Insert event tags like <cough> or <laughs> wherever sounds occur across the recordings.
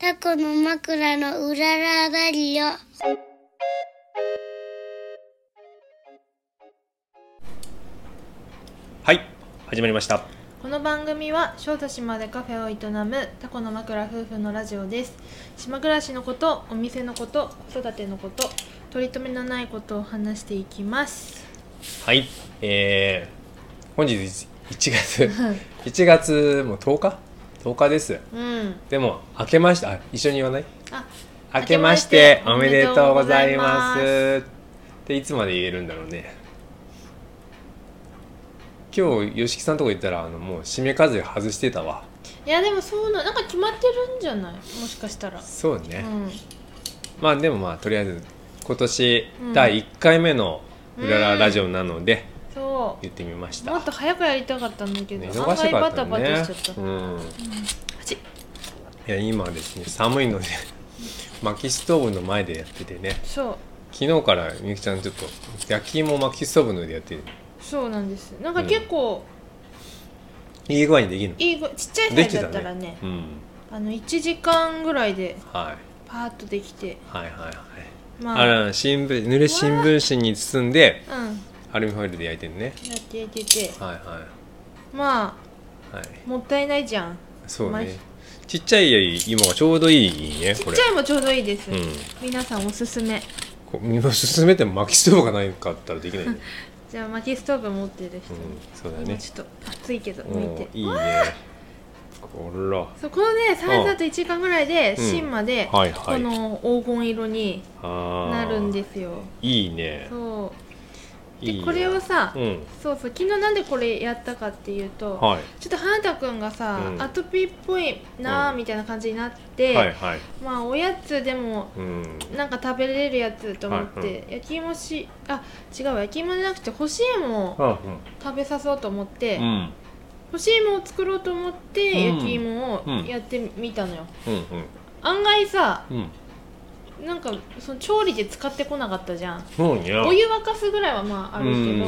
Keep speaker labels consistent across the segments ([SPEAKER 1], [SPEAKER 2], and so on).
[SPEAKER 1] 過去の枕のうららだりよ。
[SPEAKER 2] はい始まりました
[SPEAKER 3] この番組は小豆島でカフェを営むタコの枕夫婦のラジオです島暮らしのことお店のこと子育てのこと取り留めのないことを話していきます
[SPEAKER 2] はいえー、本日1月1月もう10日10日です
[SPEAKER 3] うん
[SPEAKER 2] でも明けましてあ一緒に言わない
[SPEAKER 3] あ
[SPEAKER 2] 明けましてお
[SPEAKER 3] 明けま
[SPEAKER 2] め
[SPEAKER 3] して
[SPEAKER 2] でとうございま
[SPEAKER 3] おめで
[SPEAKER 2] っ
[SPEAKER 3] す
[SPEAKER 2] ていつまで言えるんだろうね今日吉木さんとこ行ったらあのもう締め風外してたわ
[SPEAKER 3] いやでもそうななんか決まってるんじゃないもしかしたら
[SPEAKER 2] そう
[SPEAKER 3] う
[SPEAKER 2] ね、
[SPEAKER 3] ん
[SPEAKER 2] まあでもまあとりあえず今年
[SPEAKER 3] うん
[SPEAKER 2] 第1回目のうららラジオなので
[SPEAKER 3] そ
[SPEAKER 2] 言ってみまし
[SPEAKER 3] う
[SPEAKER 2] た、
[SPEAKER 3] もっと早くやりたかったんだけど、
[SPEAKER 2] ね
[SPEAKER 3] 案
[SPEAKER 2] 忙し
[SPEAKER 3] 外
[SPEAKER 2] か
[SPEAKER 3] バ
[SPEAKER 2] った
[SPEAKER 3] タ
[SPEAKER 2] ね
[SPEAKER 3] バタしちゃった、
[SPEAKER 2] うん
[SPEAKER 3] あち
[SPEAKER 2] いや今はですね寒いので <laughs> 薪ストーブの前でやっててね
[SPEAKER 3] そう
[SPEAKER 2] 昨日からみゆきちゃんちょっと焼き芋薪ストーブの上でやってる
[SPEAKER 3] そうなんですなんか結構、
[SPEAKER 2] いい具合にできるの
[SPEAKER 3] いいぐちっちゃいサ
[SPEAKER 2] で
[SPEAKER 3] イ
[SPEAKER 2] きて
[SPEAKER 3] ズ
[SPEAKER 2] た
[SPEAKER 3] だったら
[SPEAKER 2] ね
[SPEAKER 3] ね
[SPEAKER 2] うん
[SPEAKER 3] あの1時間ぐらいで
[SPEAKER 2] はい、
[SPEAKER 3] パーッとできて
[SPEAKER 2] はいはいはい
[SPEAKER 3] ま
[SPEAKER 2] あら新聞濡れ新聞紙に包んで
[SPEAKER 3] うん
[SPEAKER 2] アルミホイルで焼いてるね
[SPEAKER 3] やってやってて
[SPEAKER 2] はいはい
[SPEAKER 3] ま
[SPEAKER 2] はい
[SPEAKER 3] あもったいないじゃん
[SPEAKER 2] そう
[SPEAKER 3] まい
[SPEAKER 2] ねちっちゃい芋がちょうどいいね
[SPEAKER 3] ち
[SPEAKER 2] こ
[SPEAKER 3] っ
[SPEAKER 2] れ
[SPEAKER 3] ちゃいもちょうどいいです、
[SPEAKER 2] うん
[SPEAKER 3] 皆さんおすすめ
[SPEAKER 2] こう今進めても薪ストーブがないかったらできない
[SPEAKER 3] <laughs>
[SPEAKER 2] ね、
[SPEAKER 3] じゃあ薪ストーブ持ってる人
[SPEAKER 2] う
[SPEAKER 3] に、
[SPEAKER 2] ん、そうだ
[SPEAKER 3] もう
[SPEAKER 2] ね
[SPEAKER 3] ちょっと暑いけど
[SPEAKER 2] う
[SPEAKER 3] 向い
[SPEAKER 2] ん
[SPEAKER 3] て
[SPEAKER 2] いいねこら
[SPEAKER 3] そうこのねサイズだと1時間ぐらいで
[SPEAKER 2] うん
[SPEAKER 3] 芯まで、
[SPEAKER 2] はいはい
[SPEAKER 3] この黄金色にな
[SPEAKER 2] な
[SPEAKER 3] るんですよ
[SPEAKER 2] いいね
[SPEAKER 3] そうで
[SPEAKER 2] いいよ
[SPEAKER 3] これをさ、
[SPEAKER 2] うん
[SPEAKER 3] そうそう昨日なんでこれやったかっていうと、
[SPEAKER 2] はい
[SPEAKER 3] ちょっと花田君がさ、
[SPEAKER 2] うん
[SPEAKER 3] アトピーっぽいな
[SPEAKER 2] う
[SPEAKER 3] ー
[SPEAKER 2] ん
[SPEAKER 3] みたいな感じになって、
[SPEAKER 2] はいはい
[SPEAKER 3] まあおやつでも
[SPEAKER 2] うん
[SPEAKER 3] なんか食べれるやつと思って、
[SPEAKER 2] はいは
[SPEAKER 3] 焼き芋しあ違うわ焼き芋じゃなくて干し芋を
[SPEAKER 2] あ
[SPEAKER 3] 食べさそうと思って、
[SPEAKER 2] うんうん
[SPEAKER 3] 干し芋を作ろうと思って、
[SPEAKER 2] うん
[SPEAKER 3] 焼き芋をやってみたのよ、
[SPEAKER 2] うん
[SPEAKER 3] 案外さ
[SPEAKER 2] うんうん
[SPEAKER 3] なんかその調理で使ってこなかったじゃん
[SPEAKER 2] そうね
[SPEAKER 3] お湯沸かすぐらいはまああるけど、
[SPEAKER 2] うん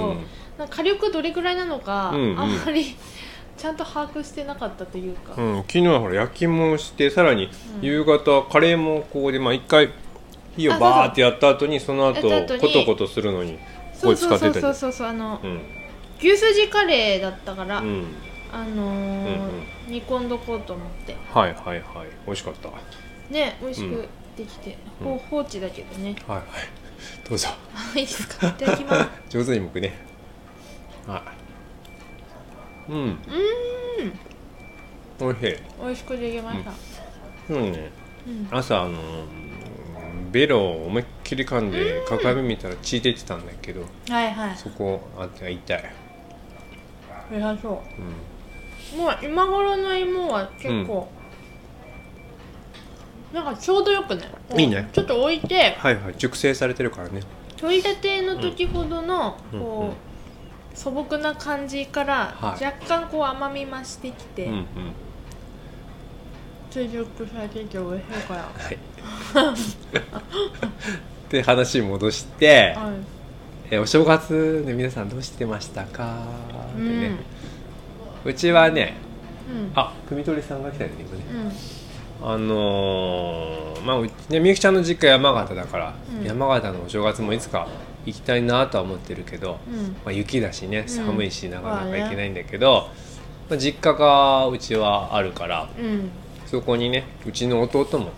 [SPEAKER 3] なんか火力どれぐらいなのか、
[SPEAKER 2] うんうん
[SPEAKER 3] あんまり <laughs> ちゃんと把握してなかったというか、
[SPEAKER 2] うん、昨日はほら焼き芋をしてさらに
[SPEAKER 3] うん
[SPEAKER 2] 夕方カレーもこうでまあ一回火をバーってやった後にその後
[SPEAKER 3] やった後に
[SPEAKER 2] コトコトするのにこ
[SPEAKER 3] そう
[SPEAKER 2] れ使
[SPEAKER 3] そう
[SPEAKER 2] って
[SPEAKER 3] そう
[SPEAKER 2] たり
[SPEAKER 3] そうそうそうあの、
[SPEAKER 2] うん
[SPEAKER 3] 牛すじカレーだったから、
[SPEAKER 2] うん
[SPEAKER 3] あ
[SPEAKER 2] う
[SPEAKER 3] のー
[SPEAKER 2] んうん
[SPEAKER 3] 煮込んどこうと思って
[SPEAKER 2] はいはいはい美味しかったは
[SPEAKER 3] ね美味し
[SPEAKER 2] うん
[SPEAKER 3] くできて、
[SPEAKER 2] うん
[SPEAKER 3] ほう放置だけどね
[SPEAKER 2] いはいどうぞ
[SPEAKER 3] いいですかいただきます <laughs>
[SPEAKER 2] 上手にむくねはいうんおいしい
[SPEAKER 3] 美味しくできました、
[SPEAKER 2] そうね
[SPEAKER 3] うん
[SPEAKER 2] 朝あのーベロを思いっきり噛んで鏡見たら血出てたんだけど
[SPEAKER 3] はいはい
[SPEAKER 2] そこあ痛い痛い、
[SPEAKER 3] 偉そ
[SPEAKER 2] うん、
[SPEAKER 3] うもう今頃の芋は結構、なんかちょうどよくねこう
[SPEAKER 2] いいね
[SPEAKER 3] ちょっと置いて
[SPEAKER 2] はいはい熟成されてるからね
[SPEAKER 3] 取り立ての時ほどの、
[SPEAKER 2] うん
[SPEAKER 3] こ
[SPEAKER 2] う
[SPEAKER 3] う、
[SPEAKER 2] んうん
[SPEAKER 3] 素朴な感じから
[SPEAKER 2] はい
[SPEAKER 3] 若干こう甘み増してきて、
[SPEAKER 2] うんうん
[SPEAKER 3] 追熟されてて美味しい
[SPEAKER 2] <laughs>
[SPEAKER 3] から、
[SPEAKER 2] はいで話戻して、
[SPEAKER 3] うん
[SPEAKER 2] えお正月で皆さんどうしてましたかってね、うちはね
[SPEAKER 3] うん
[SPEAKER 2] あ組取りさんが来たよね今ね
[SPEAKER 3] うん
[SPEAKER 2] あのーまあうちねみゆきちゃんの実家山形だから、
[SPEAKER 3] うん
[SPEAKER 2] 山形のお正月もいつか行きたいなとは思ってるけど、
[SPEAKER 3] うん
[SPEAKER 2] まあ、雪だしね
[SPEAKER 3] ん
[SPEAKER 2] 寒いしなかな
[SPEAKER 3] ま
[SPEAKER 2] か
[SPEAKER 3] あね
[SPEAKER 2] 行けないんだけど、まあ、実家がうちはあるから
[SPEAKER 3] うん
[SPEAKER 2] そこにねうちの弟も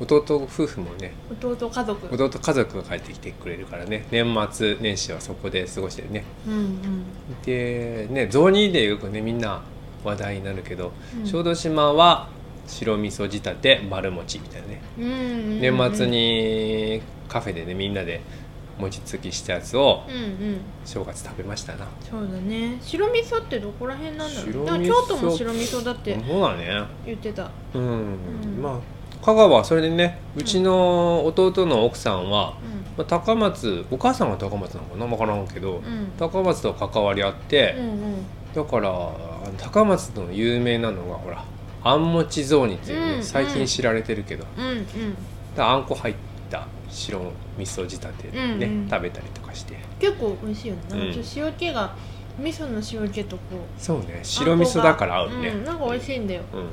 [SPEAKER 2] 弟夫婦もね
[SPEAKER 3] 弟家族
[SPEAKER 2] 弟家族が帰ってきてくれるからね年末年始はそこで過ごしてるね
[SPEAKER 3] うんうん
[SPEAKER 2] でね雑煮でよくねみんな話題になるけど、
[SPEAKER 3] うん
[SPEAKER 2] 小豆島は白味噌仕立て丸餅みたいなね
[SPEAKER 3] うんうんうん
[SPEAKER 2] 年末にカフェでねみんなで餅つきしたやつを
[SPEAKER 3] うんうん
[SPEAKER 2] 正月食べましたな、
[SPEAKER 3] そうだね白味噌ってどこら辺なんだろう
[SPEAKER 2] 白味噌
[SPEAKER 3] なんか京都も白味噌だって
[SPEAKER 2] そうだね
[SPEAKER 3] 言ってた
[SPEAKER 2] うん、
[SPEAKER 3] うん
[SPEAKER 2] まあ香川はそれでねうちの弟の奥さんは、
[SPEAKER 3] う
[SPEAKER 2] まあ、高松お母さんが高松なのかな分からんけど、
[SPEAKER 3] んうん
[SPEAKER 2] 高松と関わりあって、
[SPEAKER 3] うんうん
[SPEAKER 2] だから高松の有名なのがほらあんもち雑煮っていうね、
[SPEAKER 3] うん
[SPEAKER 2] 最近知られてるけど、
[SPEAKER 3] うんうん
[SPEAKER 2] だあんこ入った白味噌仕立てでね、
[SPEAKER 3] うんうん
[SPEAKER 2] 食べたりとかして
[SPEAKER 3] 結構美味しいよねなんかちょっと塩気が味噌の塩気とこう
[SPEAKER 2] そうね白味噌だから合うね
[SPEAKER 3] んなんか美味しいんだよ
[SPEAKER 2] うん、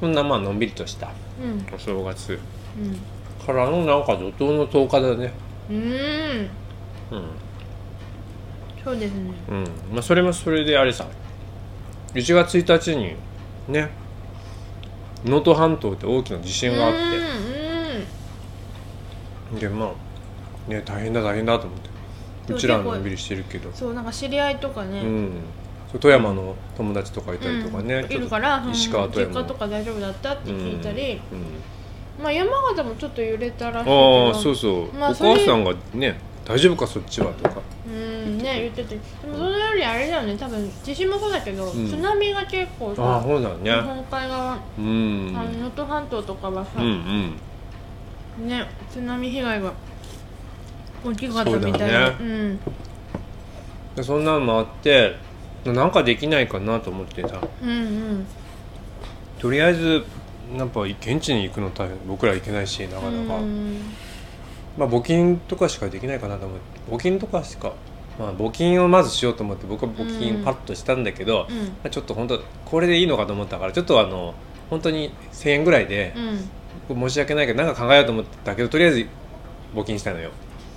[SPEAKER 2] そんなまあのんびりとした
[SPEAKER 3] うん
[SPEAKER 2] お正月
[SPEAKER 3] うん
[SPEAKER 2] からのなんか怒涛の10日だね
[SPEAKER 3] うーん
[SPEAKER 2] うん
[SPEAKER 3] そうですね
[SPEAKER 2] うんまあそれもそれであれさ1月1日にね能登半島って大きな地震があっ
[SPEAKER 3] う
[SPEAKER 2] て
[SPEAKER 3] んうん
[SPEAKER 2] でまあね大変だ大変だと思って
[SPEAKER 3] で
[SPEAKER 2] う
[SPEAKER 3] も
[SPEAKER 2] ちらはのんびりしてるけど
[SPEAKER 3] そうなんか知り合いとか
[SPEAKER 2] う
[SPEAKER 3] ね、
[SPEAKER 2] んそう富山の友達とかいたりとかね、
[SPEAKER 3] うん
[SPEAKER 2] ち
[SPEAKER 3] い
[SPEAKER 2] ょっ
[SPEAKER 3] る
[SPEAKER 2] と
[SPEAKER 3] からうん
[SPEAKER 2] 石川富
[SPEAKER 3] 実
[SPEAKER 2] 山
[SPEAKER 3] 家とか大丈夫だったって聞いたり、
[SPEAKER 2] うんうん
[SPEAKER 3] まあ山形もちょっと揺れたらしいけど
[SPEAKER 2] ああそうそう、
[SPEAKER 3] まあ
[SPEAKER 2] お
[SPEAKER 3] それ
[SPEAKER 2] 母さんがね大丈夫かそっちはとか
[SPEAKER 3] うんね言っててでもそれよりあれだよね多分地震もそうだけど、
[SPEAKER 2] うん
[SPEAKER 3] 津波が結構
[SPEAKER 2] ああ
[SPEAKER 3] さ
[SPEAKER 2] そうだ
[SPEAKER 3] 日
[SPEAKER 2] ね
[SPEAKER 3] 本海側あ
[SPEAKER 2] うん
[SPEAKER 3] の能登半島とかはさ、
[SPEAKER 2] うんうん
[SPEAKER 3] ね津波被害が大きかったみ
[SPEAKER 2] そ
[SPEAKER 3] たいな
[SPEAKER 2] うだ
[SPEAKER 3] うん
[SPEAKER 2] でそんなのもあってなんかできないかなと思ってさ
[SPEAKER 3] うん
[SPEAKER 2] とりあえずやっぱ現地に行くの大変僕ら行けないしな
[SPEAKER 3] う
[SPEAKER 2] か
[SPEAKER 3] ん
[SPEAKER 2] なか、
[SPEAKER 3] うん
[SPEAKER 2] まあ募金とかしかできないかなと思って募金とかしか、まあ、募金をまずしようと思って僕は募
[SPEAKER 3] う
[SPEAKER 2] 金
[SPEAKER 3] ん
[SPEAKER 2] パッとしたんだけど、
[SPEAKER 3] う
[SPEAKER 2] ま
[SPEAKER 3] ん
[SPEAKER 2] あちょっと本当これでいいのかと思ったからちょっとあの本当に1,000円ぐらいで
[SPEAKER 3] う、ん
[SPEAKER 2] 申し訳ないけどなんか考えようと思ったけどとりあえず募金したのよ。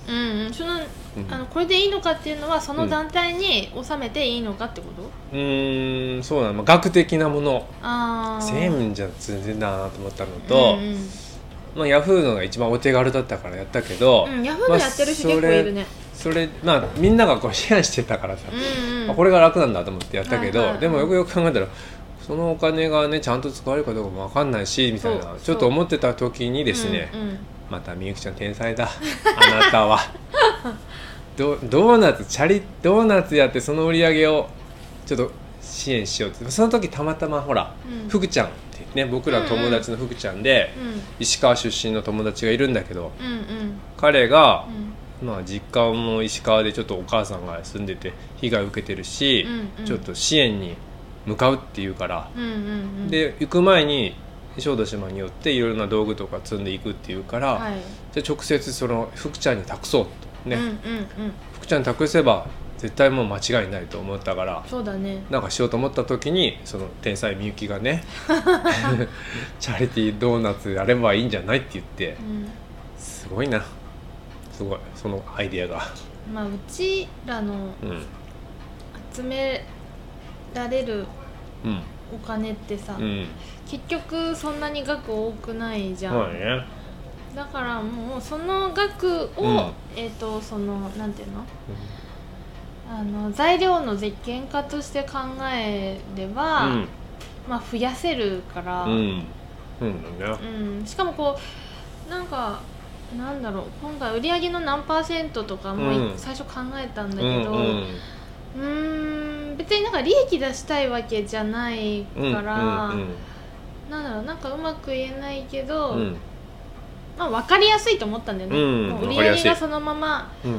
[SPEAKER 3] うんうんその
[SPEAKER 2] うん
[SPEAKER 3] あのこれでいいのかっていうのはその
[SPEAKER 2] うん
[SPEAKER 3] 団体に納めていいのかってこと、
[SPEAKER 2] うーんそうなの、まあ、額的なもの
[SPEAKER 3] ああ
[SPEAKER 2] 1,000円じゃ全然だなと思ったのと、
[SPEAKER 3] うん
[SPEAKER 2] まあ、ヤフーのが一番お手軽だったからやったけど、
[SPEAKER 3] うん、うん、ヤフーのやってる人結構いるね、
[SPEAKER 2] それまあみんながこうシェアしてたからさ、
[SPEAKER 3] うんうん
[SPEAKER 2] あこれが楽なんだと思ってやったけど、
[SPEAKER 3] はいはい
[SPEAKER 2] でもよくよく考えたらそのお金がねちゃんと使われるかどうかもわかんないしみたい
[SPEAKER 3] そうそ
[SPEAKER 2] な
[SPEAKER 3] う
[SPEAKER 2] ちょっと思ってた時にですね、
[SPEAKER 3] うんうん
[SPEAKER 2] またみゆきちゃん天才だあなたは <laughs> ドドーナツチャリドーナツやってその売り上げをちょっと支援しようってその時たまたまほら、
[SPEAKER 3] うん
[SPEAKER 2] 福ちゃんってね僕ら友達の福ちゃんで、
[SPEAKER 3] うん
[SPEAKER 2] 石川出身の友達がいるんだけど
[SPEAKER 3] うんうん
[SPEAKER 2] 彼が
[SPEAKER 3] う、ん
[SPEAKER 2] まあ、実家も石川でちょっとお母さんが住んでて被害を受けてるし、
[SPEAKER 3] うんうん
[SPEAKER 2] ちょっと支援に向かうっていうから、
[SPEAKER 3] うんうんうん
[SPEAKER 2] で行く前に小豆島によっていろいろな道具とか積んでいくっていうから、
[SPEAKER 3] はい
[SPEAKER 2] じゃあ直接その福ちゃんに託そうとね、
[SPEAKER 3] うんうんうん
[SPEAKER 2] 福ちゃんに託せば絶対もう間違いないと思ったから
[SPEAKER 3] そうだね
[SPEAKER 2] なんかしようと思った時にその天才みゆきがねチャリティードーナツやればいいんじゃないって言って
[SPEAKER 3] うん
[SPEAKER 2] すごいなすごいそのアイデアが
[SPEAKER 3] まあうちらの
[SPEAKER 2] うん
[SPEAKER 3] 集められる
[SPEAKER 2] うん
[SPEAKER 3] お金ってさ、
[SPEAKER 2] うん
[SPEAKER 3] 結局そんなに額多くないじゃん、
[SPEAKER 2] そうだね
[SPEAKER 3] だからもうその額を、
[SPEAKER 2] うん
[SPEAKER 3] えっ、とそのなんていうのあの材料の絶験化として考えれば、
[SPEAKER 2] うん
[SPEAKER 3] まあ増やせるから、
[SPEAKER 2] うんうんだね
[SPEAKER 3] うんしかもこうなんかなんだろう今回売り上げの何パーセントとかもい、
[SPEAKER 2] うん
[SPEAKER 3] 最初考えたんだ
[SPEAKER 2] う
[SPEAKER 3] け
[SPEAKER 2] んうん
[SPEAKER 3] どうんん別になんか利益出したいわけじゃない
[SPEAKER 2] うんうん
[SPEAKER 3] から、なんだろうなんかうまく言えないけど、
[SPEAKER 2] うんうん
[SPEAKER 3] まあ、分かりやすいと思ったんだよね、
[SPEAKER 2] うん
[SPEAKER 3] もう
[SPEAKER 2] わか
[SPEAKER 3] 売り
[SPEAKER 2] り
[SPEAKER 3] 上
[SPEAKER 2] や
[SPEAKER 3] げ
[SPEAKER 2] すい
[SPEAKER 3] がそのまま、
[SPEAKER 2] うん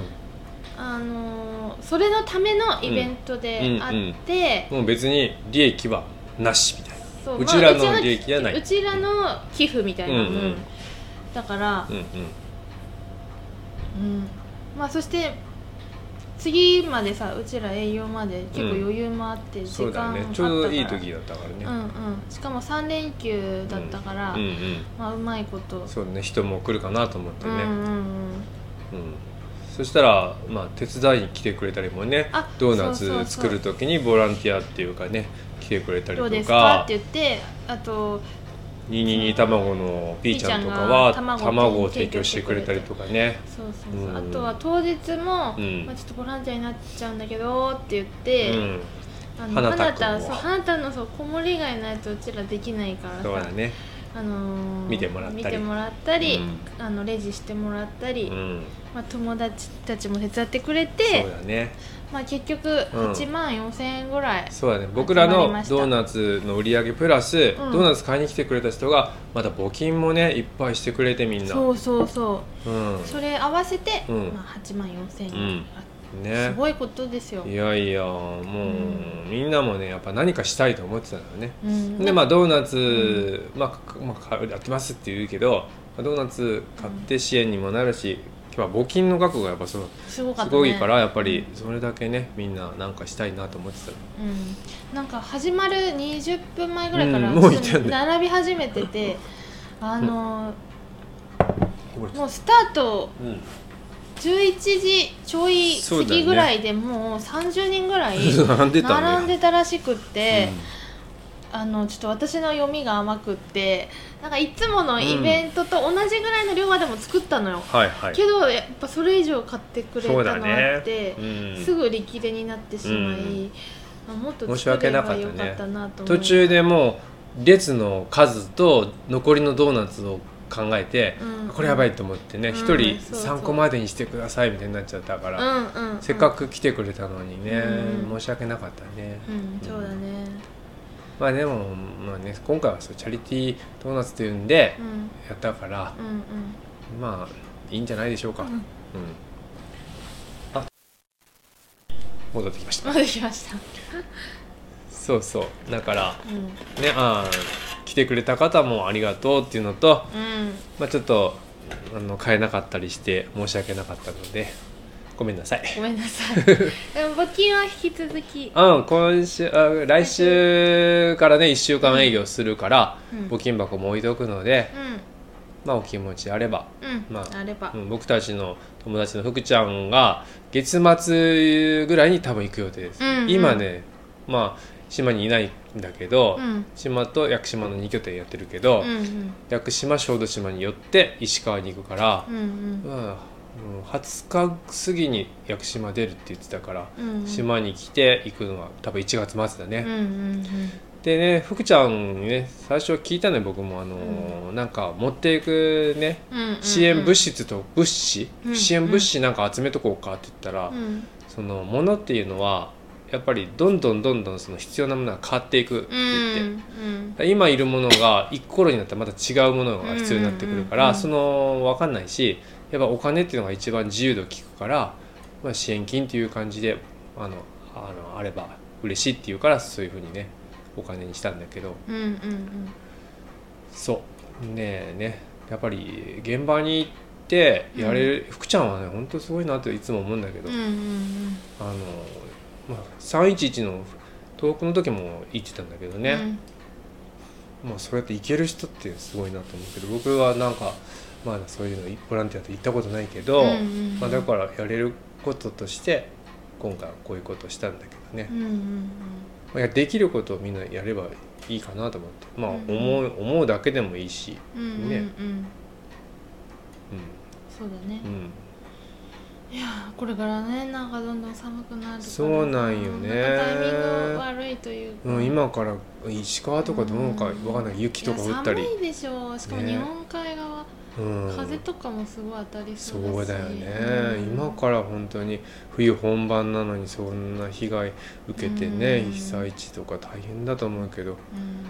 [SPEAKER 3] あのーそれのためのイベントであって、
[SPEAKER 2] もう別に利益はなしみたいな
[SPEAKER 3] そううん
[SPEAKER 2] うちらの
[SPEAKER 3] ち
[SPEAKER 2] 利益じゃないう
[SPEAKER 3] ちらの寄付みたいな、
[SPEAKER 2] うんうん
[SPEAKER 3] うんだから、
[SPEAKER 2] うん
[SPEAKER 3] うんまあそして次までさうちら営業まで結構余裕もあって、
[SPEAKER 2] うん
[SPEAKER 3] 時
[SPEAKER 2] そう
[SPEAKER 3] 間
[SPEAKER 2] だ
[SPEAKER 3] あった
[SPEAKER 2] ね
[SPEAKER 3] から
[SPEAKER 2] ちょうどいい時だったからね、
[SPEAKER 3] うんうんしかも3連休だったから、
[SPEAKER 2] うんうん
[SPEAKER 3] まあうまいこと
[SPEAKER 2] そうね人も来るかなと思ってね、
[SPEAKER 3] うん
[SPEAKER 2] うん
[SPEAKER 3] うんうん
[SPEAKER 2] そしたら、まあ、手伝いに来てくれたりもね
[SPEAKER 3] あ
[SPEAKER 2] ドーナツ
[SPEAKER 3] そうそうそう
[SPEAKER 2] 作る時にボランティアっていうかね来てくれたり
[SPEAKER 3] ど
[SPEAKER 2] と
[SPEAKER 3] うですか
[SPEAKER 2] か
[SPEAKER 3] って言ってあと
[SPEAKER 2] 「ニニニ卵」のピーちゃんとか
[SPEAKER 3] ピ
[SPEAKER 2] は
[SPEAKER 3] ーちゃんが
[SPEAKER 2] 卵を提供してくれたりとかね
[SPEAKER 3] そうそうそう、
[SPEAKER 2] うん
[SPEAKER 3] あとは当日も、
[SPEAKER 2] うん
[SPEAKER 3] まあ、ちょっとボランティアになっちゃうんだけどって言って、
[SPEAKER 2] うん
[SPEAKER 3] あの
[SPEAKER 2] 花
[SPEAKER 3] 花
[SPEAKER 2] 田君
[SPEAKER 3] 田
[SPEAKER 2] は
[SPEAKER 3] そう花田のそう子守り以外のやつうちらできないから
[SPEAKER 2] そうだ
[SPEAKER 3] さ、
[SPEAKER 2] ね
[SPEAKER 3] あのー
[SPEAKER 2] 見てもらったり
[SPEAKER 3] 見てもらったり
[SPEAKER 2] う
[SPEAKER 3] あのレジしてもらったり、
[SPEAKER 2] うん
[SPEAKER 3] まあ、友達たちも手伝ってくれ
[SPEAKER 2] そ
[SPEAKER 3] て
[SPEAKER 2] う、だね
[SPEAKER 3] まあ、結局
[SPEAKER 2] うん
[SPEAKER 3] 8万4千円ぐらい、
[SPEAKER 2] そうだね僕らの
[SPEAKER 3] 集まりました
[SPEAKER 2] ドーナツの売り上げプラス、
[SPEAKER 3] ん
[SPEAKER 2] ドーナツ買いに来てくれた人がまた募金もねいっぱいしてくれてみんな
[SPEAKER 3] そうそうそう
[SPEAKER 2] うん
[SPEAKER 3] それ合わせて、
[SPEAKER 2] うん
[SPEAKER 3] まあ、8万4千円、
[SPEAKER 2] ね
[SPEAKER 3] すごいことですよ、
[SPEAKER 2] いやいやもう、みんなもねやっぱ何かしたいと思ってたのよね、
[SPEAKER 3] うん
[SPEAKER 2] でまあドーナツ、まあかまあかやってますって言うけどまあドーナツ買って支援にもなるし、日は募金の額がやっぱすごい
[SPEAKER 3] すごかっ
[SPEAKER 2] す
[SPEAKER 3] た、ね、
[SPEAKER 2] ごいからやっぱりそれだけねみんななんかしたいなと思ってたら
[SPEAKER 3] うん、なんか始まる20分前ぐらいから、
[SPEAKER 2] うんもういたね
[SPEAKER 3] 並び始めててあの
[SPEAKER 2] これ
[SPEAKER 3] もうスタート
[SPEAKER 2] うん <laughs>
[SPEAKER 3] 11時ちょい
[SPEAKER 2] そう
[SPEAKER 3] 過
[SPEAKER 2] だよね
[SPEAKER 3] ぎぐらいでもう30人ぐら
[SPEAKER 2] <laughs>
[SPEAKER 3] い
[SPEAKER 2] 並んでたね
[SPEAKER 3] 並んでたらしくって、あのちょっと私の読みが甘くってなんかいつものイベントと同じぐらいの量はでも作ったのよ、
[SPEAKER 2] うん、はいはい
[SPEAKER 3] けどやっぱそれ以上買ってくれた
[SPEAKER 2] そう
[SPEAKER 3] の
[SPEAKER 2] だ
[SPEAKER 3] あって、
[SPEAKER 2] ね、うん
[SPEAKER 3] すぐ力入れになってしまい、
[SPEAKER 2] うん
[SPEAKER 3] まあもっと
[SPEAKER 2] 申し
[SPEAKER 3] 作
[SPEAKER 2] 訳
[SPEAKER 3] れ
[SPEAKER 2] なか
[SPEAKER 3] ば
[SPEAKER 2] ったね
[SPEAKER 3] よかったなと思
[SPEAKER 2] 途
[SPEAKER 3] う
[SPEAKER 2] 中でもう列の数と残りのドーナツを考えて、
[SPEAKER 3] うん
[SPEAKER 2] これやばいと思ってね
[SPEAKER 3] うん
[SPEAKER 2] 一、人
[SPEAKER 3] そうそう
[SPEAKER 2] 3個までにしてくださいみたいになっちゃったから、
[SPEAKER 3] うんうんうん、
[SPEAKER 2] せっか、く来てくれたのにね、
[SPEAKER 3] うん
[SPEAKER 2] 申し訳なかったね、
[SPEAKER 3] うん、そうだね、
[SPEAKER 2] まあでも、まあね、今回はそうチャリティードーナツというんで
[SPEAKER 3] うん、うん
[SPEAKER 2] やったから、
[SPEAKER 3] うん <laughs>
[SPEAKER 2] まあいいんじゃないでしょうか、
[SPEAKER 3] う
[SPEAKER 2] うんんあ戻ってきました
[SPEAKER 3] まだ来ました、
[SPEAKER 2] そうそうだから
[SPEAKER 3] うんうん
[SPEAKER 2] ねあー来てくれた方もありがとうっていうのと、まあ、ちょっとあの買えなかったりして申し訳なかったのでごめんなさい
[SPEAKER 3] ごめんな
[SPEAKER 2] <laughs>
[SPEAKER 3] さいでも募金は引き続き、
[SPEAKER 2] うん今週あ来週からね1週間営業するから、
[SPEAKER 3] うん
[SPEAKER 2] 募金箱も置いとくので、
[SPEAKER 3] う
[SPEAKER 2] まあお気持ちあれば、
[SPEAKER 3] んうん、
[SPEAKER 2] まあ
[SPEAKER 3] あれば、
[SPEAKER 2] うん、僕たちの友達の福ちゃんが月末ぐらいに多分行く予定です、
[SPEAKER 3] うんうん
[SPEAKER 2] 今ねまあ島にいないんだけど、
[SPEAKER 3] うん
[SPEAKER 2] 島と屋久島の2拠点やってるけど、
[SPEAKER 3] うんうん
[SPEAKER 2] 屋久島小豆島に寄って石川に行くから
[SPEAKER 3] う、ん
[SPEAKER 2] まあもう20日過ぎに屋久島出るって言ってたから、
[SPEAKER 3] うんうん
[SPEAKER 2] 島に来て行くのは多分1月末だね、
[SPEAKER 3] うんうん
[SPEAKER 2] でね福ちゃんにね最初聞いたね僕もあのーなんか持っていくね
[SPEAKER 3] うんうんうん
[SPEAKER 2] 支援物質と物資、
[SPEAKER 3] うん
[SPEAKER 2] 支援物資なんか集めとこうかって言ったら、
[SPEAKER 3] うん
[SPEAKER 2] その物っていうのはやっぱりどんどんどんどんその必要なものが変わっていくって
[SPEAKER 3] う
[SPEAKER 2] 言って、
[SPEAKER 3] んうん
[SPEAKER 2] だから今いるものが一頃になったらまた違うものが必要になってくるから、
[SPEAKER 3] うんうんうんうん
[SPEAKER 2] その分かんないしやっぱお金っていうのが一番自由度利くから、まあ、支援金っていう感じであのあのあれば嬉しいっていうからそういうふうにねお金にしたんだけど
[SPEAKER 3] うんうん
[SPEAKER 2] そうねえねやっぱり現場に行ってやれる、福ちゃんはね本当すごいなっていつも思うんだけど、
[SPEAKER 3] うんうんうん
[SPEAKER 2] あの、まあ、311の遠くの時も行ってたんだけどね、まあ、そうやって行ける人ってすごいなと思うけど僕はなんかまだそういうのいボランティアって行ったことないけど、
[SPEAKER 3] うんうんうん
[SPEAKER 2] まあ、だからやれることとして今回はこういうことをしたんだけどね
[SPEAKER 3] う、んうんうん
[SPEAKER 2] まあ、やできることをみんなやればいいかなと思って、まあ、
[SPEAKER 3] うん
[SPEAKER 2] 思う思うだけでもいいし、
[SPEAKER 3] うんうんう
[SPEAKER 2] ね
[SPEAKER 3] ん
[SPEAKER 2] う
[SPEAKER 3] そうだね
[SPEAKER 2] んうん、
[SPEAKER 3] いやーこれからねなんかどんどん寒くなるから
[SPEAKER 2] そうなんよね
[SPEAKER 3] なんかタイミング悪いというか
[SPEAKER 2] もう今から石川とかどうかわかんない雪とか降ったり
[SPEAKER 3] いや、寒いでしょうしかも
[SPEAKER 2] ね
[SPEAKER 3] 日本海側、
[SPEAKER 2] うん、
[SPEAKER 3] 風とかもすごい当たりそ
[SPEAKER 2] そう
[SPEAKER 3] だし
[SPEAKER 2] うだよね、
[SPEAKER 3] うん
[SPEAKER 2] 今から本当に冬本番なのにそんな被害受けてね、
[SPEAKER 3] うん
[SPEAKER 2] 被災地とか大変だと思うけどだか
[SPEAKER 3] うん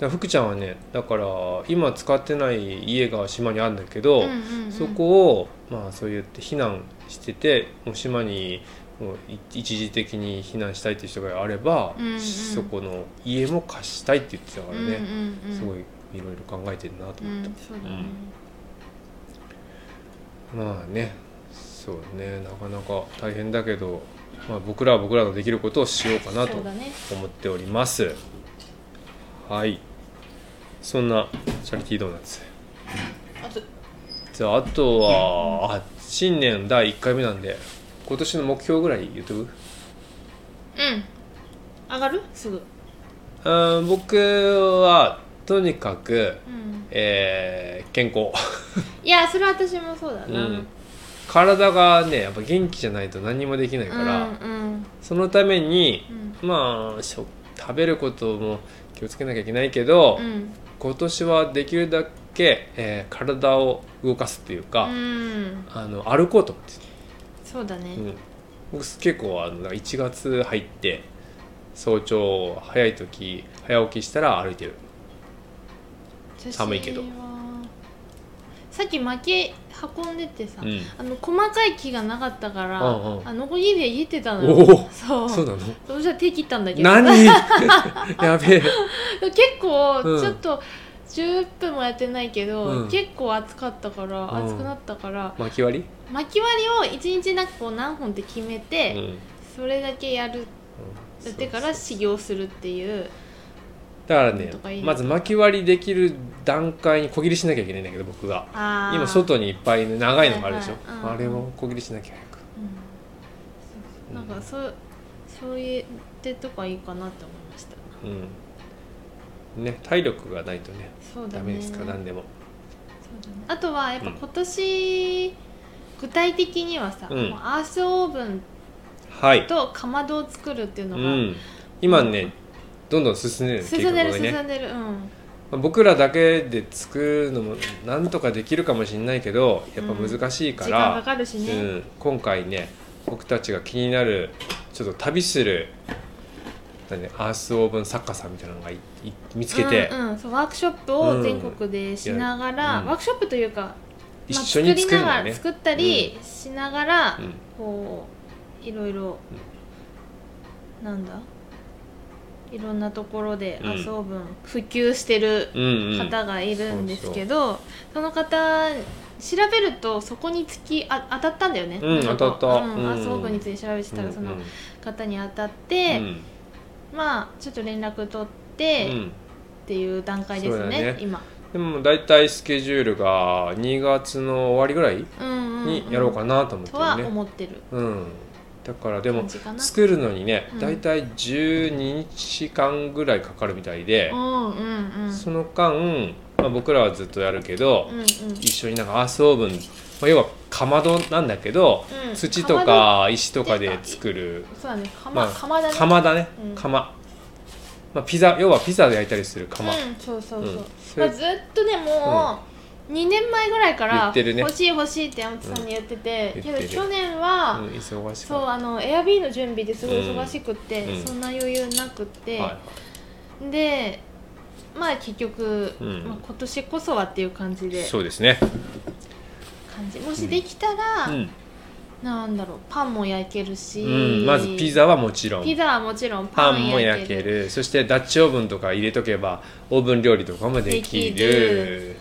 [SPEAKER 2] ら福ちゃんはねだから今使ってない家が島にあるんだけど、
[SPEAKER 3] うんうん
[SPEAKER 2] そこをまあそうやって避難しててもう島にもう一時的に避難したいっていう人があれば、
[SPEAKER 3] うんうん
[SPEAKER 2] そこの家も貸したいって言ってたからね、
[SPEAKER 3] うんうんうん、
[SPEAKER 2] すごいいろいろ考えてるなと
[SPEAKER 3] う
[SPEAKER 2] 思っ
[SPEAKER 3] ん
[SPEAKER 2] た。
[SPEAKER 3] そうだね、
[SPEAKER 2] まあねそうねなかなか大変だけど、まあ、僕らは僕らのできることをしようかなと
[SPEAKER 3] そうだね
[SPEAKER 2] 思っております、はいそんなチャリティードーナツ
[SPEAKER 3] あと
[SPEAKER 2] じゃああとはあ新年第1回目なんで今年の目標ぐらい言っとく
[SPEAKER 3] うん上がるすぐ
[SPEAKER 2] うん僕はとにかく、
[SPEAKER 3] うん
[SPEAKER 2] えー健康
[SPEAKER 3] いやそれは私もそうだ
[SPEAKER 2] う
[SPEAKER 3] な、
[SPEAKER 2] ん体がねやっぱ元気じゃないと何もできないから、
[SPEAKER 3] うんうん
[SPEAKER 2] そのために
[SPEAKER 3] うん
[SPEAKER 2] まあしょ食べることも気をつけなきゃいけないけど、
[SPEAKER 3] うん
[SPEAKER 2] 今年はできるだけ、えー体を動かすというか、
[SPEAKER 3] うん
[SPEAKER 2] あの歩こうと思って
[SPEAKER 3] そうだ
[SPEAKER 2] て、う
[SPEAKER 3] ね
[SPEAKER 2] ん、僕結構あの1月入って早朝早い時早起きしたら歩いてる
[SPEAKER 3] 私
[SPEAKER 2] 寒いけど
[SPEAKER 3] はさっき薪運んでてさ、
[SPEAKER 2] うん
[SPEAKER 3] あの細かい木がなかったから、
[SPEAKER 2] うんうん
[SPEAKER 3] あのこぎで言えてたの
[SPEAKER 2] おお
[SPEAKER 3] そう
[SPEAKER 2] そう
[SPEAKER 3] そ
[SPEAKER 2] なの
[SPEAKER 3] うしたら手切ったんだけど
[SPEAKER 2] 何 <laughs> やべえ
[SPEAKER 3] 結構
[SPEAKER 2] うん
[SPEAKER 3] ちょっと10分もやってないけど、
[SPEAKER 2] うん
[SPEAKER 3] 結構暑かったから
[SPEAKER 2] うん
[SPEAKER 3] 暑くなったから、
[SPEAKER 2] 巻き割り
[SPEAKER 3] 巻き割りを一日なんかこう何本って決めて、
[SPEAKER 2] うん
[SPEAKER 3] それだけやる
[SPEAKER 2] うん
[SPEAKER 3] ってから
[SPEAKER 2] そう
[SPEAKER 3] 修行するっていう
[SPEAKER 2] だからね
[SPEAKER 3] とかいい
[SPEAKER 2] まず巻き割りできる段階に小切りしなきゃいけないんだけど僕が
[SPEAKER 3] あー
[SPEAKER 2] 今外にいっぱい長いのがあるでしょ、
[SPEAKER 3] はいはい
[SPEAKER 2] あれを小切りしなきゃ早く
[SPEAKER 3] うんなんかそうそういう手とかいいかなって思いました
[SPEAKER 2] うんね体力がないとね
[SPEAKER 3] そうだね
[SPEAKER 2] ダメですから何でも
[SPEAKER 3] そうだねあとはやっぱ
[SPEAKER 2] うん
[SPEAKER 3] 今年、具体的にはさ、
[SPEAKER 2] うん
[SPEAKER 3] もうアースオーブン
[SPEAKER 2] はい、
[SPEAKER 3] とかまどを作るっていう
[SPEAKER 2] う
[SPEAKER 3] のが、
[SPEAKER 2] ん、今ねどんどん進んでる
[SPEAKER 3] 進んで
[SPEAKER 2] 計
[SPEAKER 3] る
[SPEAKER 2] 画が
[SPEAKER 3] 進
[SPEAKER 2] ね
[SPEAKER 3] んでる、うん
[SPEAKER 2] まあ僕らだけで作るのもなんとかできるかもしれないけどやっぱ難しいか
[SPEAKER 3] 時間
[SPEAKER 2] ら、
[SPEAKER 3] かかるしね、
[SPEAKER 2] うん、今回ね僕たちが気になるちょっと旅する何、ね、アースオーブン作家さんみたいなのがいい見つけて、
[SPEAKER 3] うんうん、そうワークショップを全国でしながら、
[SPEAKER 2] うん
[SPEAKER 3] ワークショップというか、まあ
[SPEAKER 2] 一緒に作るんだよね
[SPEAKER 3] 作りながら作ったりしながら、
[SPEAKER 2] うん
[SPEAKER 3] こういろいろ、なんだいろんなところで
[SPEAKER 2] うん
[SPEAKER 3] 遊ぶ、普及してる
[SPEAKER 2] うんうん
[SPEAKER 3] 方がいるんですけど、その方調べるとそこにつきあ当たったんだよね、
[SPEAKER 2] うん
[SPEAKER 3] なんか
[SPEAKER 2] 当たった
[SPEAKER 3] うん
[SPEAKER 2] うん
[SPEAKER 3] アースオーブンについて調べてたらその
[SPEAKER 2] うんうん
[SPEAKER 3] 方に当たって、
[SPEAKER 2] うん
[SPEAKER 3] まあちょっと連絡取って、
[SPEAKER 2] うん
[SPEAKER 3] っていう段階です
[SPEAKER 2] そ
[SPEAKER 3] ね
[SPEAKER 2] うだね
[SPEAKER 3] 今、
[SPEAKER 2] でも大体スケジュールが2月の終わりぐらい
[SPEAKER 3] うんうんうん
[SPEAKER 2] にやろうかなと思って
[SPEAKER 3] とは
[SPEAKER 2] るね、
[SPEAKER 3] 思ってる
[SPEAKER 2] うんだからでも
[SPEAKER 3] 感じかな
[SPEAKER 2] 作るのにね
[SPEAKER 3] うん
[SPEAKER 2] 大体12日間ぐらいかかるみたいで
[SPEAKER 3] う、んうんうん
[SPEAKER 2] その間、まあ、僕らはずっとやるけど、
[SPEAKER 3] うんうん
[SPEAKER 2] 一緒になんかアースオーブン、まあ、要はかまどなんだけど、
[SPEAKER 3] うん
[SPEAKER 2] 土とか石とかで作る
[SPEAKER 3] そうだねか
[SPEAKER 2] ま
[SPEAKER 3] ま
[SPEAKER 2] あ
[SPEAKER 3] 釜だね
[SPEAKER 2] 釜だね
[SPEAKER 3] うん
[SPEAKER 2] 釜、まあ、ピザ要はピザで焼いたりする釜、
[SPEAKER 3] うんそうそうそう、
[SPEAKER 2] うん
[SPEAKER 3] まあ、ずっとでも、2年前ぐらいから
[SPEAKER 2] 言ってるね
[SPEAKER 3] 欲しい欲しいって山本さんに言ってて、
[SPEAKER 2] うん
[SPEAKER 3] け
[SPEAKER 2] 言って
[SPEAKER 3] ど
[SPEAKER 2] る
[SPEAKER 3] 去年は、
[SPEAKER 2] うん忙しい
[SPEAKER 3] そうあの Airb の準備ですごい忙しくって、
[SPEAKER 2] うん
[SPEAKER 3] そんな余裕なくって、
[SPEAKER 2] はい
[SPEAKER 3] でまあ結局、
[SPEAKER 2] うん
[SPEAKER 3] まあ、今年こそはっていう感じで
[SPEAKER 2] そうですね、
[SPEAKER 3] 感じもしできたら、
[SPEAKER 2] うん
[SPEAKER 3] なんだろうパンも焼けるし、
[SPEAKER 2] うん、まずピザはもちろん
[SPEAKER 3] ピザはもちろんパ
[SPEAKER 2] パ
[SPEAKER 3] ン
[SPEAKER 2] ンも
[SPEAKER 3] 焼
[SPEAKER 2] 焼
[SPEAKER 3] け
[SPEAKER 2] け
[SPEAKER 3] る
[SPEAKER 2] るそしてダッチオーブンとか入れとけばオーブン料理とかもでき
[SPEAKER 3] できる
[SPEAKER 2] る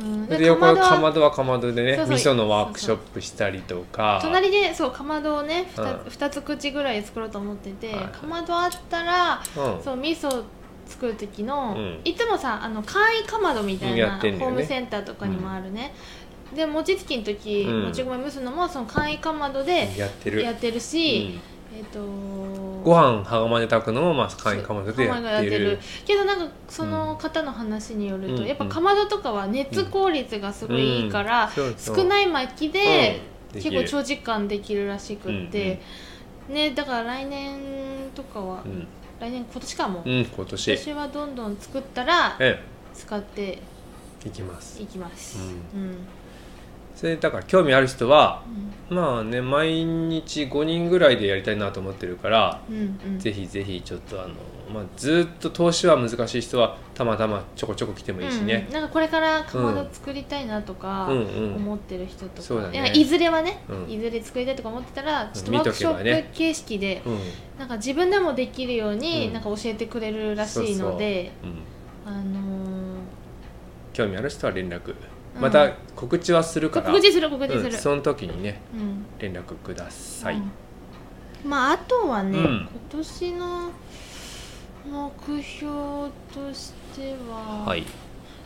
[SPEAKER 3] うん、
[SPEAKER 2] で
[SPEAKER 3] で
[SPEAKER 2] 横は
[SPEAKER 3] か
[SPEAKER 2] か
[SPEAKER 3] ま
[SPEAKER 2] ま
[SPEAKER 3] ど
[SPEAKER 2] どはかまどでね
[SPEAKER 3] そうそう
[SPEAKER 2] 味噌のワークショップしたりとか
[SPEAKER 3] 隣でそうかまどをね 2,
[SPEAKER 2] うん
[SPEAKER 3] つ二つ口ぐらい作ろうと思ってて、
[SPEAKER 2] はいはい
[SPEAKER 3] かまどあったら
[SPEAKER 2] うん
[SPEAKER 3] そう味噌作る時の、
[SPEAKER 2] うん
[SPEAKER 3] いつもさあの簡易かまどみたい
[SPEAKER 2] うん
[SPEAKER 3] な
[SPEAKER 2] やってんだ
[SPEAKER 3] ホ
[SPEAKER 2] よ
[SPEAKER 3] ー
[SPEAKER 2] ね
[SPEAKER 3] ムセンターとかにもあるね、で餅つきの時、
[SPEAKER 2] うん
[SPEAKER 3] もち米蒸すのもその簡易かまどで
[SPEAKER 2] やってる
[SPEAKER 3] やってる
[SPEAKER 2] う
[SPEAKER 3] し、
[SPEAKER 2] ん
[SPEAKER 3] えっ、と
[SPEAKER 2] ご飯はまで炊くのもまあ簡易かまどで
[SPEAKER 3] そう
[SPEAKER 2] やってる
[SPEAKER 3] けどなんかその方の話によると、
[SPEAKER 2] うん
[SPEAKER 3] やっぱかまどとかは熱効率がすごいいいから、少
[SPEAKER 2] い
[SPEAKER 3] ない薪で、
[SPEAKER 2] うんで
[SPEAKER 3] 結
[SPEAKER 2] き
[SPEAKER 3] 構
[SPEAKER 2] る
[SPEAKER 3] 長時間できるらしくって、ねだから来年とかは、
[SPEAKER 2] うん、
[SPEAKER 3] 来年今年かも、
[SPEAKER 2] う
[SPEAKER 3] 今
[SPEAKER 2] ん、今年
[SPEAKER 3] 年はどんどん作ったら
[SPEAKER 2] え
[SPEAKER 3] 使って
[SPEAKER 2] え行きます
[SPEAKER 3] いきますう、
[SPEAKER 2] うんそれだから興味ある人は
[SPEAKER 3] うん
[SPEAKER 2] まあね毎日5人ぐらいでやりたいなと思ってるから
[SPEAKER 3] うんうん
[SPEAKER 2] ぜひぜひちょっとあの、まあ、ずっと投資は難しい人はたまたまちょこちょこ来てもいいし
[SPEAKER 3] うんう
[SPEAKER 2] ね
[SPEAKER 3] ん、なんかこれからかまど作りたいなとか、
[SPEAKER 2] うんうん
[SPEAKER 3] 思ってる人とか、
[SPEAKER 2] そうだね
[SPEAKER 3] いやいずれはね、
[SPEAKER 2] うん
[SPEAKER 3] いずれ作りたいとか思ってたらちょっとワ
[SPEAKER 2] 見
[SPEAKER 3] ー
[SPEAKER 2] と
[SPEAKER 3] クシ
[SPEAKER 2] け
[SPEAKER 3] ョ
[SPEAKER 2] ばね
[SPEAKER 3] ップ形式で、
[SPEAKER 2] うん
[SPEAKER 3] なんか自分でもできるように、
[SPEAKER 2] うん
[SPEAKER 3] なんか教えてくれるらしいので
[SPEAKER 2] そうそううん
[SPEAKER 3] あのー
[SPEAKER 2] 興味ある人は連絡
[SPEAKER 3] うん
[SPEAKER 2] また告知はするから、
[SPEAKER 3] 告知する告知す
[SPEAKER 2] うん
[SPEAKER 3] る、
[SPEAKER 2] その時にね
[SPEAKER 3] うん
[SPEAKER 2] 連絡ください、
[SPEAKER 3] うんまああとはね、
[SPEAKER 2] うん
[SPEAKER 3] 今年の目標としては、
[SPEAKER 2] はい、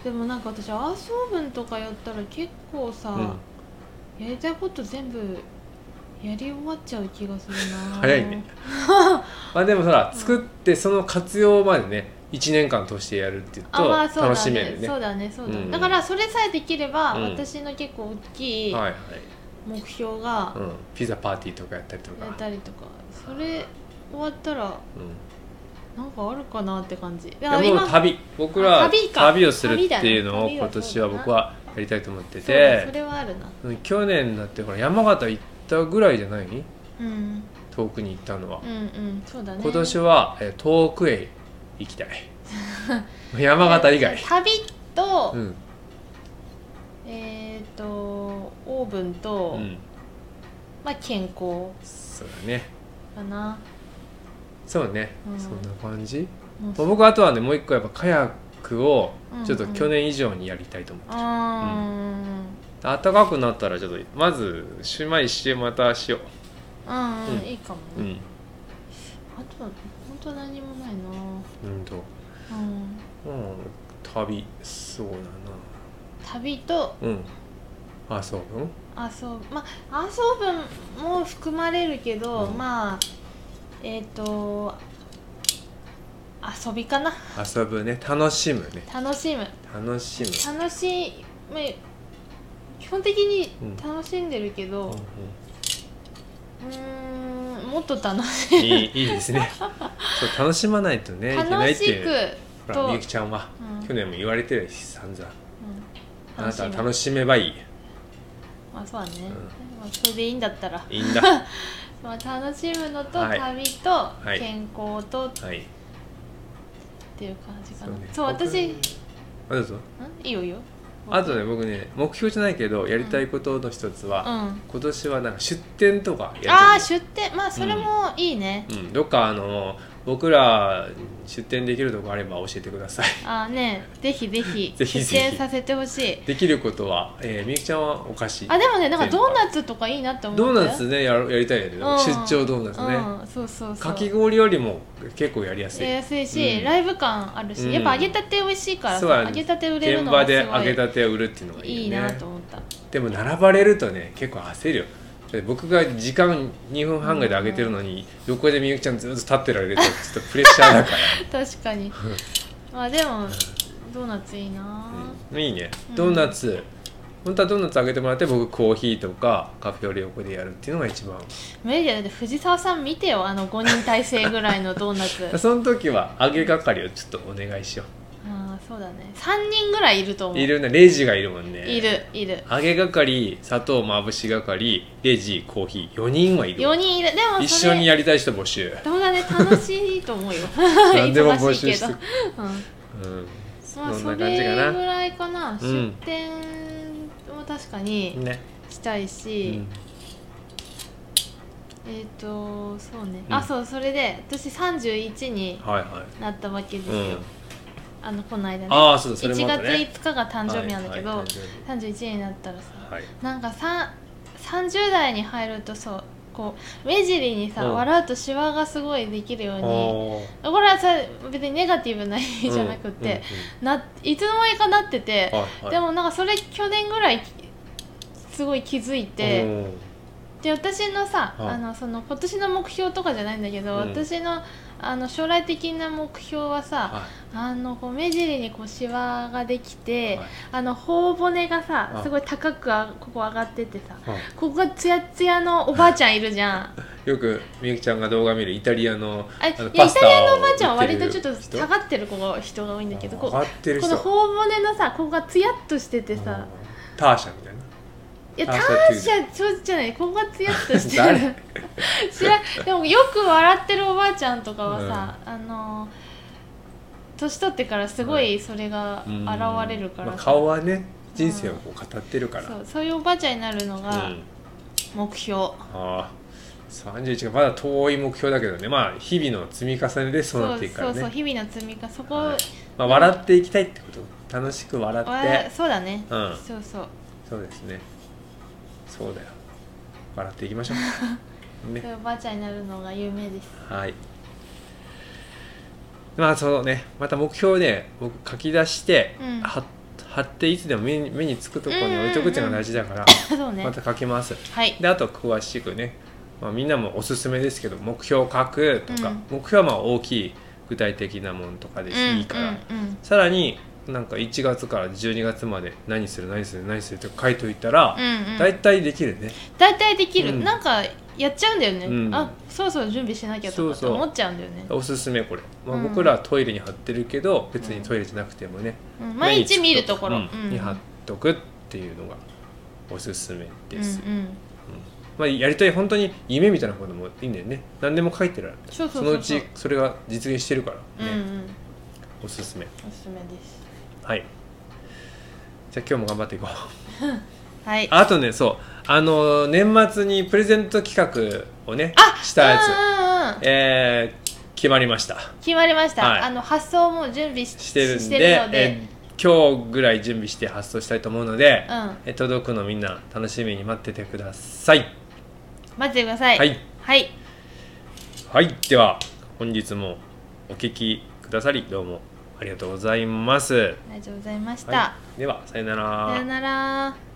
[SPEAKER 3] でもなんか私アースオーブンとかやったら結構さ、
[SPEAKER 2] うん、
[SPEAKER 3] やりたいこと全部やり終わっちゃう気がするな
[SPEAKER 2] 早いねまあでもほら作ってその活用までね1年間通してやるっていう
[SPEAKER 3] あ
[SPEAKER 2] と
[SPEAKER 3] まあそうだね
[SPEAKER 2] 楽しめるね
[SPEAKER 3] そうだねそうだね、
[SPEAKER 2] うん
[SPEAKER 3] だからそれさえできれば、
[SPEAKER 2] うん
[SPEAKER 3] 私の結構大きい
[SPEAKER 2] はいはい、
[SPEAKER 3] 目標が
[SPEAKER 2] うん、ピザパーティーとかやったりとか
[SPEAKER 3] やったりとか、それ終わったらなんかあるかなって感じだ
[SPEAKER 2] うん、いやもう旅僕ら
[SPEAKER 3] あ
[SPEAKER 2] は
[SPEAKER 3] 旅か
[SPEAKER 2] 旅をするっ
[SPEAKER 3] 旅だね
[SPEAKER 2] ていうのを
[SPEAKER 3] 旅は
[SPEAKER 2] 今年は僕はやりたいと思って
[SPEAKER 3] そうだそ
[SPEAKER 2] て
[SPEAKER 3] れはあるな
[SPEAKER 2] うん去年だってほら山形行ったぐらいじゃない
[SPEAKER 3] うん
[SPEAKER 2] 遠くに行ったのは
[SPEAKER 3] うんうんそうだね
[SPEAKER 2] 今年は、えー遠くへ行
[SPEAKER 3] <laughs>
[SPEAKER 2] きたい山形以外、
[SPEAKER 3] 旅と、
[SPEAKER 2] うん
[SPEAKER 3] えっ、とオーブン
[SPEAKER 2] う
[SPEAKER 3] と、
[SPEAKER 2] ん、
[SPEAKER 3] まあ健康
[SPEAKER 2] そうだね
[SPEAKER 3] かな、
[SPEAKER 2] そうね、
[SPEAKER 3] うん
[SPEAKER 2] そんな感じ
[SPEAKER 3] うん
[SPEAKER 2] まあ、僕あとはねもう一個やっぱカヤックを
[SPEAKER 3] うんうん
[SPEAKER 2] ちょっと去年以上にやりたいと思う、
[SPEAKER 3] あー
[SPEAKER 2] 暖かくなったらちょっとまずしまいしてまたしよ
[SPEAKER 3] うんうん、
[SPEAKER 2] うん
[SPEAKER 3] いいかも、
[SPEAKER 2] ううん
[SPEAKER 3] あと本当何もないな
[SPEAKER 2] うんと
[SPEAKER 3] うん
[SPEAKER 2] うん旅そうだ
[SPEAKER 3] 旅と
[SPEAKER 2] なうんあそううん
[SPEAKER 3] あそうまあ遊ぶも含まれるけど、
[SPEAKER 2] うん
[SPEAKER 3] まあえっ、と遊びかな
[SPEAKER 2] 遊ぶね楽しむね
[SPEAKER 3] 楽しむ
[SPEAKER 2] 楽しむ
[SPEAKER 3] 楽しむ基本的に
[SPEAKER 2] うん
[SPEAKER 3] 楽しんでるけど
[SPEAKER 2] うん
[SPEAKER 3] うーんもっと楽し
[SPEAKER 2] うんいいいいです <laughs> ねそう楽しまないとねいけな
[SPEAKER 3] 楽
[SPEAKER 2] いって
[SPEAKER 3] しく、
[SPEAKER 2] いうほ
[SPEAKER 3] と
[SPEAKER 2] らみゆきちゃんは
[SPEAKER 3] うん
[SPEAKER 2] 去年も言われてるし散々
[SPEAKER 3] うん
[SPEAKER 2] あなたは
[SPEAKER 3] む
[SPEAKER 2] 楽しめばいい
[SPEAKER 3] まあそうだね、
[SPEAKER 2] ん
[SPEAKER 3] まあ、それでいいんだったら、
[SPEAKER 2] いいんだは
[SPEAKER 3] まあ、楽しむのと
[SPEAKER 2] はい
[SPEAKER 3] 旅と
[SPEAKER 2] い
[SPEAKER 3] 健康とっ
[SPEAKER 2] い
[SPEAKER 3] ていう感じか
[SPEAKER 2] そ
[SPEAKER 3] な、
[SPEAKER 2] うね
[SPEAKER 3] そう私ん
[SPEAKER 2] 僕あどうぞ
[SPEAKER 3] いいよいいよ
[SPEAKER 2] あとね僕ね目標じゃないけどやりたいことの一つ
[SPEAKER 3] う
[SPEAKER 2] は、
[SPEAKER 3] ん
[SPEAKER 2] 今年はなんか出店とかやり
[SPEAKER 3] あ
[SPEAKER 2] た
[SPEAKER 3] あ
[SPEAKER 2] い
[SPEAKER 3] 出店まあそれもいいね、
[SPEAKER 2] うん、どっかあの僕ら出店できるとこあれば教えてください <laughs>
[SPEAKER 3] ああねぜひぜひ
[SPEAKER 2] ぜひぜひ
[SPEAKER 3] 出店させてほしい
[SPEAKER 2] できることは、えー、みゆきちゃんはお菓子
[SPEAKER 3] あでもねなんか
[SPEAKER 2] 全部
[SPEAKER 3] ドーナツとかいいなって思って
[SPEAKER 2] ドーナツねややりたいよね、
[SPEAKER 3] うん
[SPEAKER 2] 出張ドーナツね、
[SPEAKER 3] うん、そうそうそう
[SPEAKER 2] かき氷よりも結構やりやすい、
[SPEAKER 3] やりやすいし、
[SPEAKER 2] うん
[SPEAKER 3] ライブ感あるし、
[SPEAKER 2] うん
[SPEAKER 3] やっぱ揚げたて美味しいから
[SPEAKER 2] そうや
[SPEAKER 3] さ
[SPEAKER 2] ね
[SPEAKER 3] 揚げたて売れる
[SPEAKER 2] 現
[SPEAKER 3] のが
[SPEAKER 2] 場
[SPEAKER 3] すごい
[SPEAKER 2] で揚げたてを売るっていうのがいいよね
[SPEAKER 3] いいなと思った
[SPEAKER 2] でも並ばれるとね結構焦るよで僕が時間2分半ぐらいであげてるのに、横でみゆきちゃんずっと立ってられるとちょっとプレッシャーだから、
[SPEAKER 3] 確
[SPEAKER 2] <laughs>
[SPEAKER 3] かにまあでもドーナツいいな、
[SPEAKER 2] うんいいね
[SPEAKER 3] うん
[SPEAKER 2] ドーナツ、本当はドーナツあげてもらって僕コーヒーとかカフェオレ横でやるっていうのが一番
[SPEAKER 3] メディアだって藤沢さん見てよあの5人体制ぐらいのドーナ
[SPEAKER 2] <laughs>
[SPEAKER 3] ツ
[SPEAKER 2] その時は揚げ係をちょっとお願いしよ
[SPEAKER 3] ああそうだね3人ぐらいいると
[SPEAKER 2] う
[SPEAKER 3] 思う
[SPEAKER 2] いるねレジがいるもんね
[SPEAKER 3] いるいる
[SPEAKER 2] 揚げ係砂糖まぶし係レジコーヒー4人はいる
[SPEAKER 3] 4人いるでもそれ
[SPEAKER 2] 一緒にやりたい人募集
[SPEAKER 3] そうだね楽しいと思
[SPEAKER 2] <laughs>
[SPEAKER 3] うよ
[SPEAKER 2] 何でも募集
[SPEAKER 3] 忙しいけ
[SPEAKER 2] し
[SPEAKER 3] ど
[SPEAKER 2] て
[SPEAKER 3] うん
[SPEAKER 2] うんそ
[SPEAKER 3] まあ
[SPEAKER 2] ん
[SPEAKER 3] そ
[SPEAKER 2] な感
[SPEAKER 3] れ
[SPEAKER 2] じ
[SPEAKER 3] ぐ
[SPEAKER 2] かな
[SPEAKER 3] らいかな、
[SPEAKER 2] ん
[SPEAKER 3] 出店も確かに
[SPEAKER 2] ね、
[SPEAKER 3] したいうし
[SPEAKER 2] ん、
[SPEAKER 3] えっ、とそうね、
[SPEAKER 2] うん
[SPEAKER 3] あそうそれで私31に
[SPEAKER 2] はいはい
[SPEAKER 3] なったわけですよ、
[SPEAKER 2] うん
[SPEAKER 3] あのこの間ね
[SPEAKER 2] ああそうだそれ
[SPEAKER 3] 1
[SPEAKER 2] もあっ
[SPEAKER 3] 月
[SPEAKER 2] たね
[SPEAKER 3] 5日が誕生日なんだけど、
[SPEAKER 2] はいはい誕
[SPEAKER 3] 31になったらさ
[SPEAKER 2] 生日はい
[SPEAKER 3] なんかさ30代に入るとそうこう目尻にさ、
[SPEAKER 2] うん
[SPEAKER 3] 笑うとシワがすごいできるように
[SPEAKER 2] おー
[SPEAKER 3] これはさ別にネガティブな意味じゃなくって、ないつの間にかなってて、
[SPEAKER 2] うんうんはいはい
[SPEAKER 3] でもなんかそれ去年ぐらいきすごい気づいて、
[SPEAKER 2] うん
[SPEAKER 3] で私のさ、
[SPEAKER 2] はい
[SPEAKER 3] あのその今年の目標とかじゃないんだけど、
[SPEAKER 2] うん
[SPEAKER 3] 私のあの将来的な目標は
[SPEAKER 2] は
[SPEAKER 3] さ、あのこう目尻にこうシワができて、
[SPEAKER 2] はい
[SPEAKER 3] あの頬骨がさ、
[SPEAKER 2] はい
[SPEAKER 3] すごい高くあここ上がっててさ、
[SPEAKER 2] いはい
[SPEAKER 3] ここがツヤツヤのおばあちゃんいる
[SPEAKER 2] <laughs>
[SPEAKER 3] じゃん
[SPEAKER 2] よくみゆきちゃんが動画見るイタリアの
[SPEAKER 3] あい
[SPEAKER 2] あの
[SPEAKER 3] や
[SPEAKER 2] パ
[SPEAKER 3] イ
[SPEAKER 2] ス
[SPEAKER 3] タ
[SPEAKER 2] タ
[SPEAKER 3] リ
[SPEAKER 2] を
[SPEAKER 3] アのおばあちゃんは割とち
[SPEAKER 2] 売っ
[SPEAKER 3] ょっ
[SPEAKER 2] て
[SPEAKER 3] と
[SPEAKER 2] る人
[SPEAKER 3] 下がってる子が人が多いんだけどこ
[SPEAKER 2] 上
[SPEAKER 3] う
[SPEAKER 2] がってる
[SPEAKER 3] こ
[SPEAKER 2] 人
[SPEAKER 3] の頬骨のさここがツヤっとしてて
[SPEAKER 2] う
[SPEAKER 3] さ
[SPEAKER 2] ん、ターシャみたいない
[SPEAKER 3] や、
[SPEAKER 2] タ
[SPEAKER 3] タ
[SPEAKER 2] ー
[SPEAKER 3] ー
[SPEAKER 2] シ
[SPEAKER 3] シャ、そうじゃない、ここがツヤっとし
[SPEAKER 2] <laughs>
[SPEAKER 3] て
[SPEAKER 2] 誰
[SPEAKER 3] る。知らん <laughs> でもよく笑ってるおばあちゃんとかはさ、あのー。年取ってからすごいそれが
[SPEAKER 2] うん
[SPEAKER 3] <laughs> 現れるから
[SPEAKER 2] まあ
[SPEAKER 3] さ、
[SPEAKER 2] 顔はね人生をこう語ってるから
[SPEAKER 3] そうそういうおばあちゃんになるのが
[SPEAKER 2] うん
[SPEAKER 3] 目標、
[SPEAKER 2] ああ31がまだ遠い目標だけどねまあ日々の積み重ねでそう
[SPEAKER 3] そ
[SPEAKER 2] なっ
[SPEAKER 3] う
[SPEAKER 2] ていくか
[SPEAKER 3] そ
[SPEAKER 2] ら
[SPEAKER 3] う
[SPEAKER 2] ね
[SPEAKER 3] そう日々の積み重ねそこ、
[SPEAKER 2] はいまあ、笑っていきたいってこと楽しく笑
[SPEAKER 3] わ
[SPEAKER 2] って
[SPEAKER 3] そうだね、
[SPEAKER 2] うん
[SPEAKER 3] そうそう
[SPEAKER 2] そうですねそうだよ笑っていきましょ
[SPEAKER 3] <laughs>
[SPEAKER 2] う
[SPEAKER 3] そう
[SPEAKER 2] ね
[SPEAKER 3] いうおばあちゃんになるのが有名です <laughs>
[SPEAKER 2] はいまあそのねまた目標をね僕書き出して、
[SPEAKER 3] うん
[SPEAKER 2] は貼っていつでも目に目につくところに置いとくっていうのが大事だから、
[SPEAKER 3] そうね、
[SPEAKER 2] また書きます
[SPEAKER 3] はい
[SPEAKER 2] であと詳しくね、まあ、みんなもおすすめですけど目標を書くとか、
[SPEAKER 3] うん
[SPEAKER 2] 目標はまあ大きい具体的なものとかでいいから、
[SPEAKER 3] うんうん
[SPEAKER 2] さらになんか1月から12月まで何する何する何するって書いといたら
[SPEAKER 3] うん、うんうん
[SPEAKER 2] 大体、できるね
[SPEAKER 3] 大体できる、
[SPEAKER 2] うん
[SPEAKER 3] なんかやっちゃうんだよね、
[SPEAKER 2] うん
[SPEAKER 3] あそろそろ準備しなきゃとかって
[SPEAKER 2] そうそう
[SPEAKER 3] 思っちゃうんだよね
[SPEAKER 2] おすすめこれ、まあ、
[SPEAKER 3] うん
[SPEAKER 2] 僕らはトイレに貼ってるけど別にトイレじゃなくてもね、
[SPEAKER 3] うん毎日見るところ、
[SPEAKER 2] うんに貼っとくっていうのがおすすめです、
[SPEAKER 3] うんうん
[SPEAKER 2] まあ、やりたい本当に夢みたいなこともいいんだよね何でも書いてる
[SPEAKER 3] そうそ
[SPEAKER 2] そう
[SPEAKER 3] そう
[SPEAKER 2] のうちそれが実現してるから
[SPEAKER 3] うんう
[SPEAKER 2] ね、
[SPEAKER 3] ん
[SPEAKER 2] おすすめ
[SPEAKER 3] おすすめです
[SPEAKER 2] はいじゃあ今日も頑張っていこう <laughs>
[SPEAKER 3] はい
[SPEAKER 2] あとねそうあの年末にプレゼント企画をねしたやつ
[SPEAKER 3] うんうんうん
[SPEAKER 2] えー決まりました
[SPEAKER 3] 決まりました、
[SPEAKER 2] はい
[SPEAKER 3] あの発送も準備し
[SPEAKER 2] してるんで
[SPEAKER 3] してるので、
[SPEAKER 2] えー今日ぐらい準備して発送したいと思うので、
[SPEAKER 3] うん
[SPEAKER 2] え届くのみんな楽しみに待っててください
[SPEAKER 3] 待っててください
[SPEAKER 2] はい、
[SPEAKER 3] はい、
[SPEAKER 2] はいでは本日もお聞きくださりどうもありがとうございます、
[SPEAKER 3] ありがとうございました、
[SPEAKER 2] はい、ではさよな
[SPEAKER 3] さよなら